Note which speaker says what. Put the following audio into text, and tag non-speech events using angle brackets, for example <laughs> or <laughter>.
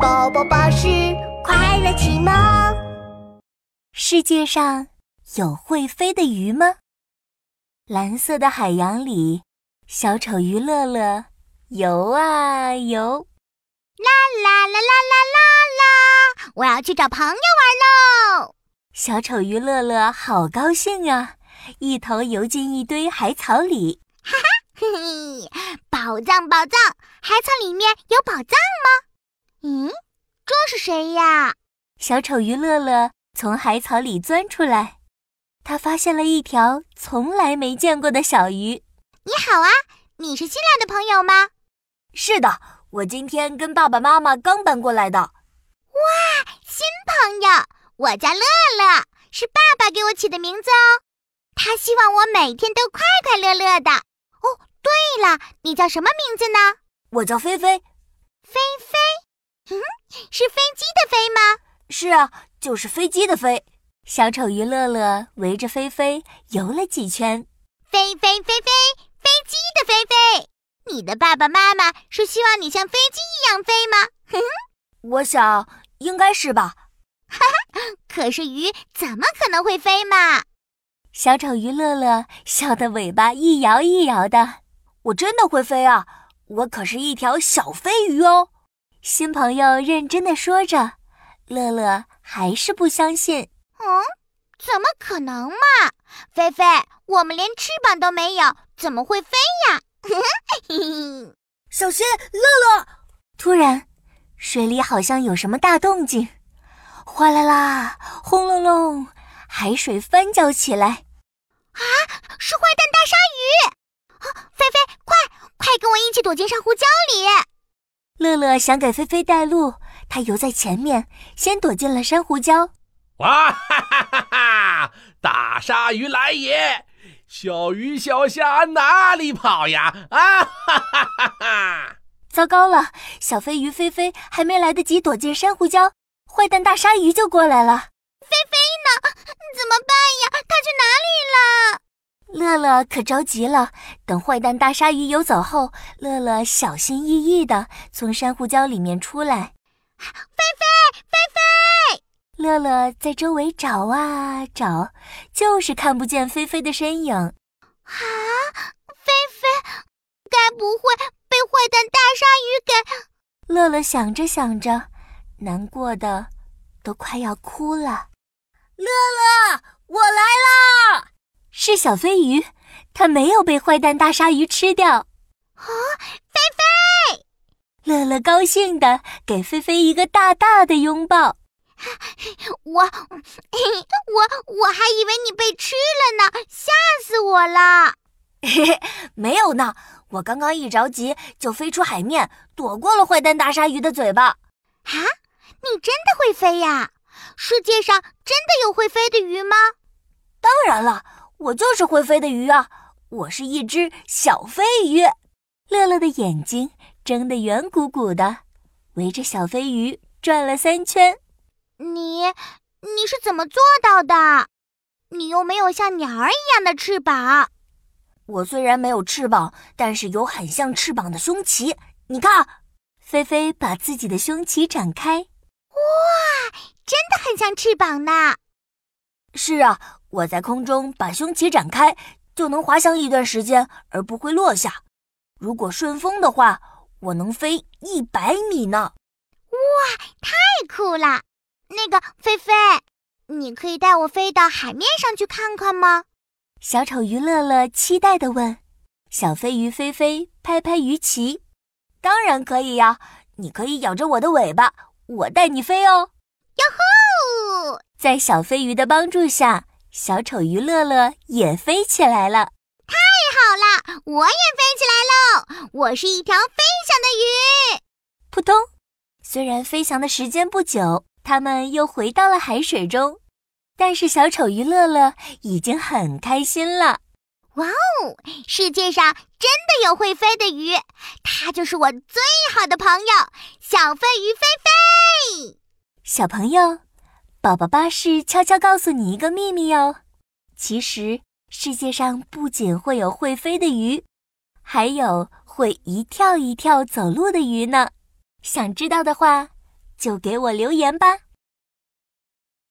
Speaker 1: 宝宝巴士快乐启蒙。
Speaker 2: 世界上有会飞的鱼吗？蓝色的海洋里，小丑鱼乐乐游啊游。
Speaker 3: 啦啦啦啦啦啦！我要去找朋友玩喽。
Speaker 2: 小丑鱼乐乐好高兴啊，一头游进一堆海草里。
Speaker 3: 嘿嘿，宝藏宝藏，海草里面有宝藏吗？嗯，这是谁呀？
Speaker 2: 小丑鱼乐乐从海草里钻出来，他发现了一条从来没见过的小鱼。
Speaker 3: 你好啊，你是新来的朋友吗？
Speaker 2: 是的，我今天跟爸爸妈妈刚搬过来的。
Speaker 3: 新朋友，我叫乐乐，是爸爸给我起的名字哦。他希望我每天都快快乐乐的。哦，对了，你叫什么名字呢？
Speaker 2: 我叫菲菲。
Speaker 3: 飞飞，嗯，是飞机的飞吗？
Speaker 2: 是啊，就是飞机的飞。小丑鱼乐乐围着菲菲游了几圈。
Speaker 3: 飞飞飞飞，飞机的飞飞。你的爸爸妈妈是希望你像飞机一样飞吗？
Speaker 2: 我想应该是吧。
Speaker 3: 可是鱼怎么可能会飞嘛？
Speaker 2: 小丑鱼乐乐笑得尾巴一摇一摇的。我真的会飞啊！我可是一条小飞鱼哦。新朋友认真的说着，乐乐还是不相信。
Speaker 3: 嗯，怎么可能嘛？菲菲，我们连翅膀都没有，怎么会飞呀？嘿嘿，
Speaker 2: 小心，乐乐！突然，水里好像有什么大动静，哗啦啦，轰隆隆，海水翻搅起来。
Speaker 3: 是坏蛋大鲨鱼！啊，菲菲，快快跟我一起躲进珊瑚礁里！
Speaker 2: 乐乐想给菲菲带路，他游在前面，先躲进了珊瑚礁。
Speaker 4: 哇哈哈哈哈！大鲨鱼来也，小鱼小虾哪里跑呀？啊哈哈哈哈！
Speaker 2: 糟糕了，小飞鱼菲菲还没来得及躲进珊瑚礁，坏蛋大鲨鱼就过来了。
Speaker 3: 怎么办呀？它去哪里了？
Speaker 2: 乐乐可着急了。等坏蛋大鲨鱼游走后，乐乐小心翼翼地从珊瑚礁里面出来。菲菲，菲菲！乐乐在周围找啊找，就是看不见菲菲的身影。
Speaker 3: 啊，菲菲，该不会被坏蛋大鲨鱼给……
Speaker 2: 乐乐想着想着，难过的都快要哭了。乐乐，我来啦！是小飞鱼，它没有被坏蛋大鲨鱼吃掉。哦
Speaker 3: 菲菲，
Speaker 2: 乐乐高兴的给菲菲一个大大的拥抱。
Speaker 3: 我， <laughs> 我我还以为你被吃了呢，吓死我了！啊
Speaker 2: 嘿嘿， <laughs> 没有呢，我刚刚一着急就飞出海面，躲过了坏蛋大鲨鱼的嘴巴。
Speaker 3: 啊，你真的会飞呀？世界上真的有会飞的鱼吗？
Speaker 2: 当然了，我就是会飞的鱼啊，我是一只小飞鱼。乐乐的眼睛睁得圆鼓鼓的，围着小飞鱼转了三圈。
Speaker 3: 你你是怎么做到的？你又没有像鸟儿一样的翅膀。
Speaker 2: 我虽然没有翅膀，但是有很像翅膀的胸鳍。你看，菲菲把自己的胸鳍展开。
Speaker 3: 真的很像翅膀呢。
Speaker 2: 是啊，我在空中把胸鳍展开，就能滑翔一段时间而不会落下。如果顺风的话，我能飞一百米呢。
Speaker 3: 太酷了！那个菲菲，你可以带我飞到海面上去看看吗？
Speaker 2: 小丑鱼乐乐期待地问：“小飞鱼菲菲，拍拍鱼鳍，当然可以呀、你可以咬着我的尾巴，我带你飞哦。”
Speaker 3: 哦，
Speaker 2: 在小飞鱼的帮助下，小丑鱼乐乐也飞起来了。
Speaker 3: 好了，我也飞起来喽！我是一条飞翔的鱼。
Speaker 2: 扑通！虽然飞翔的时间不久，它们又回到了海水中，但是小丑鱼乐乐已经很开心了。
Speaker 3: 世界上真的有会飞的鱼，它就是我最好的朋友——小飞鱼菲菲。
Speaker 2: 小朋友，宝宝巴士悄悄告诉你一个秘密哦，其实世界上不仅会有会飞的鱼，还有会一跳一跳走路的鱼呢。想知道的话，就给我留言吧。